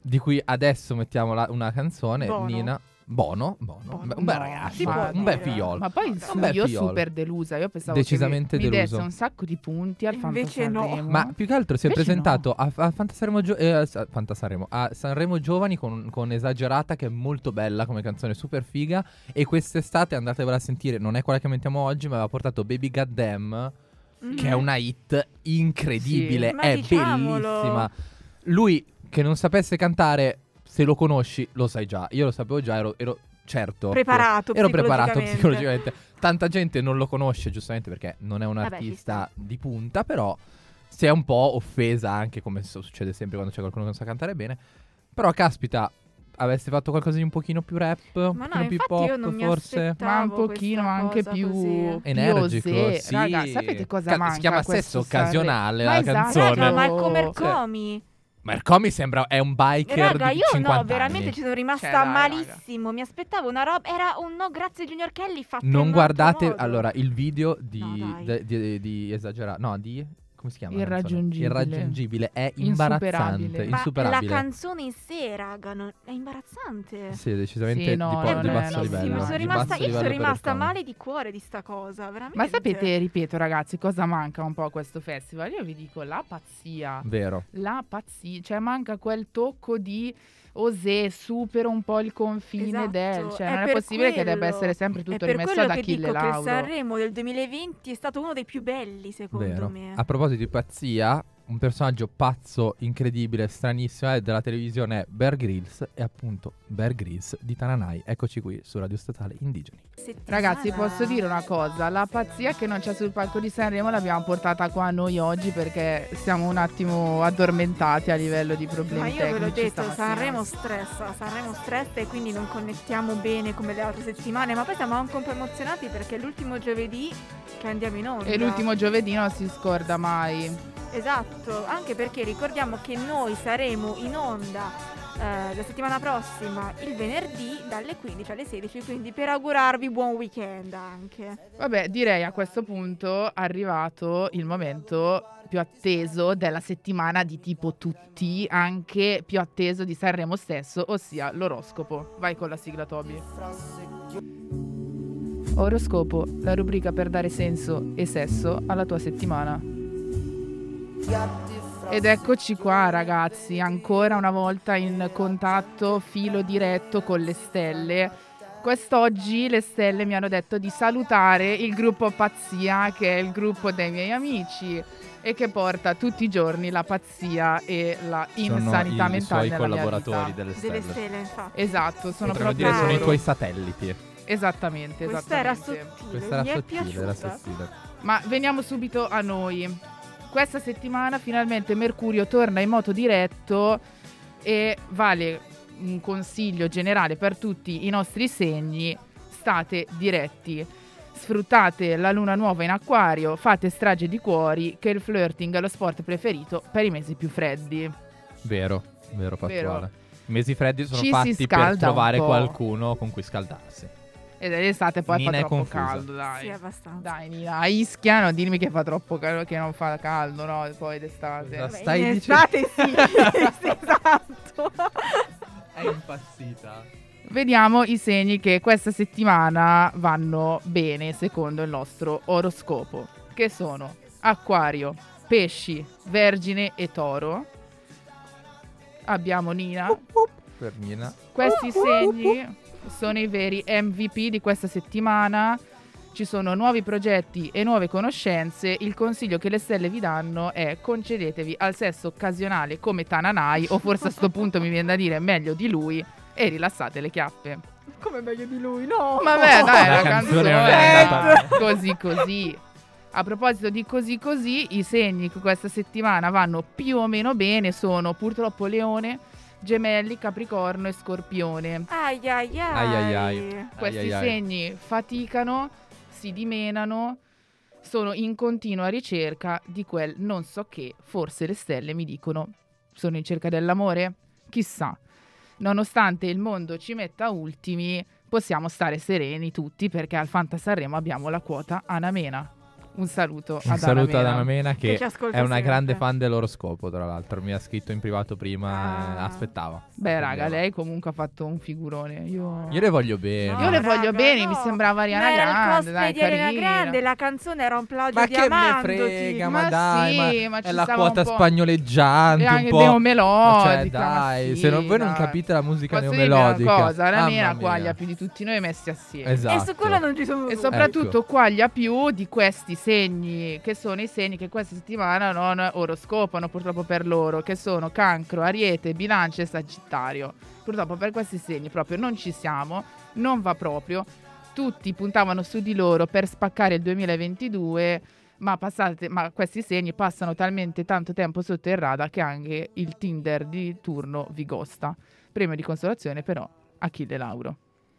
S1: di cui adesso mettiamo la- una canzone,
S4: Bono.
S1: Nina. Bono, Bono,
S4: Bono.
S1: un be- un bel
S3: No,
S1: ragazzo,
S4: si può
S1: un bel
S4: dire.
S1: figliolo.
S3: Ma poi su-
S1: Un bel
S3: io
S1: figliolo.
S3: super delusa, io pensavo
S1: Ah, Decisamente
S3: che mi, mi
S1: deluso.
S3: desse un sacco di punti al
S4: Invece no.
S3: Fantasanremo.
S1: Ma più che altro si è
S3: Invece
S1: presentato a, a Fantasaremo Gio- eh, a Sa- Fantasaremo, a Sanremo Giovani con, con Esagerata che è molto bella come canzone super figa e quest'estate andatevela a sentire, non è quella che mettiamo oggi ma aveva portato Baby Goddamn che è
S4: Mm.
S1: una hit incredibile,
S4: Mm-hmm. Sì. Ma
S1: è
S4: diciamolo.
S1: bellissima. Lui che non sapesse cantare, se lo conosci lo sai già, io lo sapevo già, ero, ero certo.
S4: Preparato
S1: Ero preparato
S4: psicologicamente.
S1: psicologicamente. Tanta gente non lo conosce, giustamente, perché non è un
S4: Vabbè,
S1: artista di punta, però si è un po' offesa anche come so- succede sempre quando c'è qualcuno che non sa cantare bene. Però, caspita, aveste fatto qualcosa di un pochino più rap, un
S4: Ma no,
S1: pochino più
S4: infatti
S1: pop,
S4: io non mi
S1: forse.
S3: Ma un
S4: aspettavo questa
S3: pochino anche
S4: cosa
S3: più
S4: così. eh.
S3: più
S1: Energico,
S3: osé.
S1: sì.
S3: Raga, sapete cosa
S1: Ca-
S3: manca?
S1: Si chiama
S3: a questo
S1: sesso
S3: Sanremo?
S1: occasionale
S3: Ma
S1: la
S3: esatto.
S1: canzone.
S4: Raga, ma è
S3: Sì.
S4: come il comi.
S1: Ma il comi sembra Cioè, è un biker
S4: Raga,
S1: di
S4: io
S1: 50
S4: no, veramente
S1: anni.
S4: ci sono rimasta
S3: Cioè, dai, raga.
S4: malissimo. Mi aspettavo una roba. Era un no, grazie Junior Kelly fatto. in un
S1: Non
S4: altro
S1: guardate
S4: modo.
S1: allora il video di,
S4: No, dai.
S1: de- di, esagerato. No, di come si chiama? la canzone?
S3: Irraggiungibile.
S1: Irraggiungibile è
S3: Insuperabile.
S1: imbarazzante,
S3: Ma
S4: Ma
S1: insuperabile.
S4: la canzone in sé, raga, non- è imbarazzante.
S1: sì, decisamente
S3: Sì, no,
S1: di, po-
S3: non
S1: di
S3: è
S1: basso
S3: no, sì,
S1: livello.
S4: mi sono
S1: di
S4: rimasta,
S1: basso
S4: io sono
S1: livello per il
S4: rimasta
S1: fan.
S4: male di cuore di sta cosa, veramente.
S3: Ma sapete, ripeto ragazzi, cosa manca un po' a questo festival? Io vi dico la pazzia.
S1: Vero.
S3: La pazzia, cioè manca quel tocco di osè, supero un po' il confine
S4: Esatto,
S3: del, cioè
S4: è
S3: non è
S4: per
S3: possibile che debba
S4: quello.
S3: essere sempre
S4: è
S3: tutto
S4: per
S3: rimesso
S4: quello
S3: ad
S4: che
S3: Achille
S4: dico che il
S3: Lauro.
S4: Sanremo del 2020 è stato uno dei più belli, secondo
S1: Vero. Ah,
S4: me.
S1: A proposito di pazzia, un personaggio pazzo, incredibile, stranissimo è della televisione è Bear Grylls e appunto Bear Grylls di Tananai. Eccoci qui su Radio Statale Indigeni.
S4: Settimana.
S3: Ragazzi, posso dire una cosa? La pazzia che non c'è sul palco di Sanremo l'abbiamo portata qua noi oggi perché siamo un attimo addormentati a livello di problemi
S4: Ma io ve l'ho
S3: tecnici
S4: detto,
S3: stamattina.
S4: Sanremo stressa, Sanremo stressa e quindi non connettiamo bene come le altre settimane, ma poi siamo anche un po' emozionati perché è l'ultimo giovedì che andiamo in onda.
S3: E l'ultimo giovedì non si scorda mai.
S4: Esatto, anche perché ricordiamo che noi saremo in onda eh, la settimana prossima, il venerdì, dalle 15 alle 16. Quindi per augurarvi buon weekend anche.
S3: Vabbè, direi a questo punto è arrivato il momento più atteso della settimana di tipo tutti, anche più atteso di Sanremo stesso, ossia l'oroscopo. Vai con la sigla Toby. Oroscopo, la rubrica per dare senso e sesso alla tua settimana. Ed eccoci qua ragazzi, ancora una volta in contatto filo diretto con le stelle. Quest'oggi le stelle mi hanno detto di salutare il gruppo Pazzia, che è il gruppo dei miei amici e che porta tutti i giorni la pazzia e la insanità
S1: Sono i
S3: mentale
S1: suoi
S3: nella mia
S1: collaboratori
S3: vita.
S1: delle
S4: Delle
S1: stelle.
S4: stelle, infatti.
S3: Esatto, sono
S1: Potremmo
S3: proprio
S1: dire sono i
S4: loro.
S1: tuoi satelliti.
S3: Esattamente,
S4: Questa era
S3: esattamente.
S4: sottile,
S1: Questa era
S4: mi è
S1: sottile, era
S4: piaciuta.
S1: sottile.
S3: Ma veniamo subito a noi. Questa settimana finalmente Mercurio torna in moto diretto e vale un consiglio generale per tutti i nostri segni, state diretti. Sfruttate la luna nuova in acquario, fate strage di cuori, che il flirting è lo sport preferito per i mesi più freddi.
S1: Vero, vero
S3: Vero.
S1: Pasquale. I mesi freddi sono
S3: Ci si
S1: fatti
S3: scalda
S1: per
S3: un
S1: trovare
S3: po'.
S1: qualcuno con cui scaldarsi.
S3: Ed è l'estate poi
S1: Nina è
S3: fa troppo
S1: confusa.
S3: caldo, dai.
S4: Sì, abbastanza.
S3: Dai Nina, a Ischia no, dimmi che fa troppo caldo, che non fa caldo, no, poi d'estate.
S1: Esatto.
S4: Vabbè,
S1: Stai
S4: in
S1: dicendo-
S4: estate sì, esatto.
S1: È impazzita.
S3: Vediamo i segni che questa settimana vanno bene secondo il nostro oroscopo, che sono Acquario, Pesci, Vergine e Toro. Abbiamo Nina.
S1: Per Nina.
S3: Questi segni sono i veri MVP di questa settimana. Ci sono nuovi progetti e nuove conoscenze. Il consiglio che le stelle vi danno è concedetevi al sesso occasionale come Tananai, o forse a sto punto mi viene da dire meglio di lui, e rilassate le chiappe.
S4: Come meglio di lui, no?
S3: Ma beh, dai,
S1: La
S3: la,
S1: canzone
S3: canzone,
S1: non
S4: è
S1: andata.
S3: così così. A proposito di così così, i segni che questa settimana vanno più o meno bene sono purtroppo Leone, Gemelli, Capricorno e Scorpione.
S4: Ai ai ai.
S1: Ai, ai, ai.
S3: Questi
S1: Ai, ai, ai.
S3: segni faticano, si dimenano, sono in continua ricerca di quel non so che, forse le stelle mi dicono sono in cerca dell'amore, chissà. Nonostante il mondo ci metta ultimi, possiamo stare sereni tutti perché al Fanta Sanremo abbiamo la quota Anamena. Un saluto
S1: Un
S3: ad
S1: saluto ad
S3: Anamena.
S1: Anna Mena che,
S4: Che ci ascolta
S1: è una
S4: sempre.
S1: grande fan dell'oroscopo, tra l'altro. Mi ha scritto in privato prima, eh,
S4: Ah.
S1: aspettava.
S3: Beh, raga, lei comunque ha fatto un figurone. Io,
S1: Io le voglio bene.
S3: Io le
S4: No,
S3: voglio
S4: raga,
S3: bene,
S4: no.
S3: mi sembrava Ariana
S4: Ma era il
S3: Grande,
S4: cosplay
S3: dai,
S4: di Ariana
S3: carina.
S4: Grande, la canzone era un plagio
S1: Ma
S4: di
S1: che me
S4: Amandoti.
S1: frega,
S3: Ma
S1: ma dai, ma
S3: sì, ma ci
S1: è la
S3: stava
S1: quota
S3: un po'.
S1: spagnoleggiante
S3: E
S1: un
S3: anche
S1: po'.
S3: neomelodica,
S1: Cioè,
S3: ma
S1: dai,
S3: sì,
S1: se non, voi non
S3: dai.
S1: capite la musica
S3: Posso dirvi
S1: neomelodica.
S3: una cosa, la
S1: mamma
S3: nera
S1: mia.
S3: quaglia più di tutti noi messi assieme.
S1: Esatto.
S4: E su quello non ci sono
S3: E
S4: dubbi.
S3: soprattutto quaglia più di questi segni, che sono i segni che questa settimana non oroscopano purtroppo per loro, che sono cancro, ariete, bilancia e sagittario. Purtroppo per questi segni proprio non ci siamo, non va proprio. Tutti puntavano su di loro per spaccare il 2022, ma, passate- ma questi segni passano talmente tanto tempo sotto il radar che anche il Tinder di turno vi gosta. Premio di consolazione però Achille Lauro.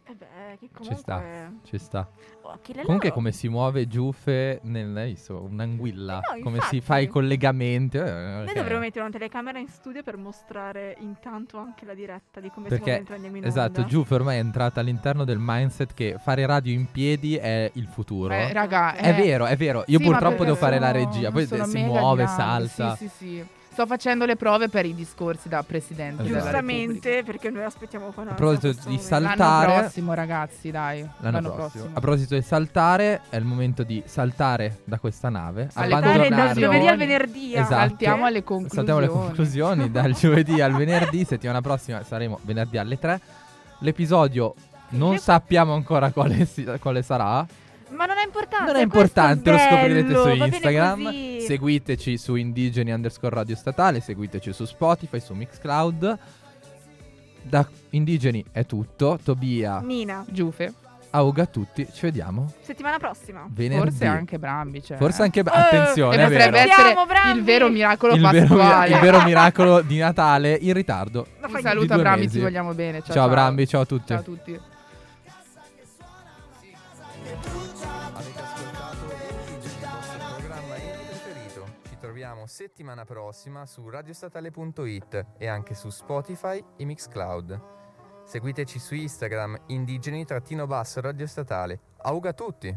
S4: Eh beh, che comunque...
S1: Ci sta. Ci sta.
S4: Oh, Achille
S1: Comunque
S4: Lauro.
S1: come si muove Giuffe nel, hai visto, un'anguilla,
S4: Eh no,
S1: come
S4: infatti.
S1: si fa i collegamenti. eh,
S4: Noi
S1: ok.
S4: dovremmo mettere una telecamera in studio per mostrare intanto anche la diretta di come
S1: Perché-
S4: siamo dentro andiamo in onda.
S1: Esatto, Giuffe ormai è entrata all'interno del mindset che fare radio in piedi è il futuro.
S3: Eh, raga,
S1: È
S3: eh,
S1: vero, è vero. Io
S3: Sì, ma
S1: purtroppo
S3: perché
S1: devo fare la
S3: sono-
S1: regia. Poi
S3: sono
S1: si
S3: mega
S1: muove,
S3: dinamici,
S1: salta.
S3: Sì, sì, sì. Sto facendo le prove per i discorsi da presidente. della Repubblica.
S4: Giustamente, perché noi aspettiamo con
S1: Esatto. A
S4: ansia
S1: proposito
S4: questo
S1: di
S4: momento.
S1: sal-
S3: L'anno
S1: Saltare.
S3: prossimo, ragazzi, dai.
S1: L'anno prossimo. A proposito di saltare, è il momento di saltare da questa nave.
S3: Saltare
S4: Dai, dal
S1: abbandonarvi.
S4: giovedì al venerdì.
S1: Esatto.
S3: Saltiamo alle conclusioni.
S1: Saltiamo le conclusioni dal giovedì al venerdì. Settimana prossima saremo venerdì alle 3. L'episodio non
S4: Sì.
S1: sappiamo ancora quale, si- quale sarà.
S4: Ma non è importante.
S1: Non è
S4: Ah, questo
S1: importante, lo scoprirete
S4: bello,
S1: su
S4: va bene
S1: Instagram.
S4: così.
S1: Seguiteci su indigeni underscore radio statale. Seguiteci su Spotify, su Mixcloud. Da indigeni è tutto. Tobia,
S4: Nina,
S3: Giufe.
S1: auga a tutti. Ci vediamo
S4: settimana prossima.
S1: venerdì.
S3: Forse anche Brambi. Cioè.
S1: Forse anche-
S4: Eh,
S1: attenzione,
S3: E
S1: è vero.
S3: potrebbe essere
S4: Siamo bravi!
S3: il vero miracolo
S1: il vero,
S3: pasquale.
S1: il vero miracolo di Natale in ritardo.
S4: Ma fa
S3: Un
S4: niente.
S1: di
S3: saluto a
S1: due
S3: Brambi,
S1: mesi.
S3: ti vogliamo bene. eh, Ciao,
S1: Ciao, Brambi, ciao a tutti.
S3: Ciao a tutti.
S2: Avete ascoltato il vostro programma preferito. Ci troviamo
S1: troviamo settimana prossima su radiostatale.it e anche su Spotify e Mixcloud. Seguiteci su Instagram indigeni-radiostatale. Auga a tutti!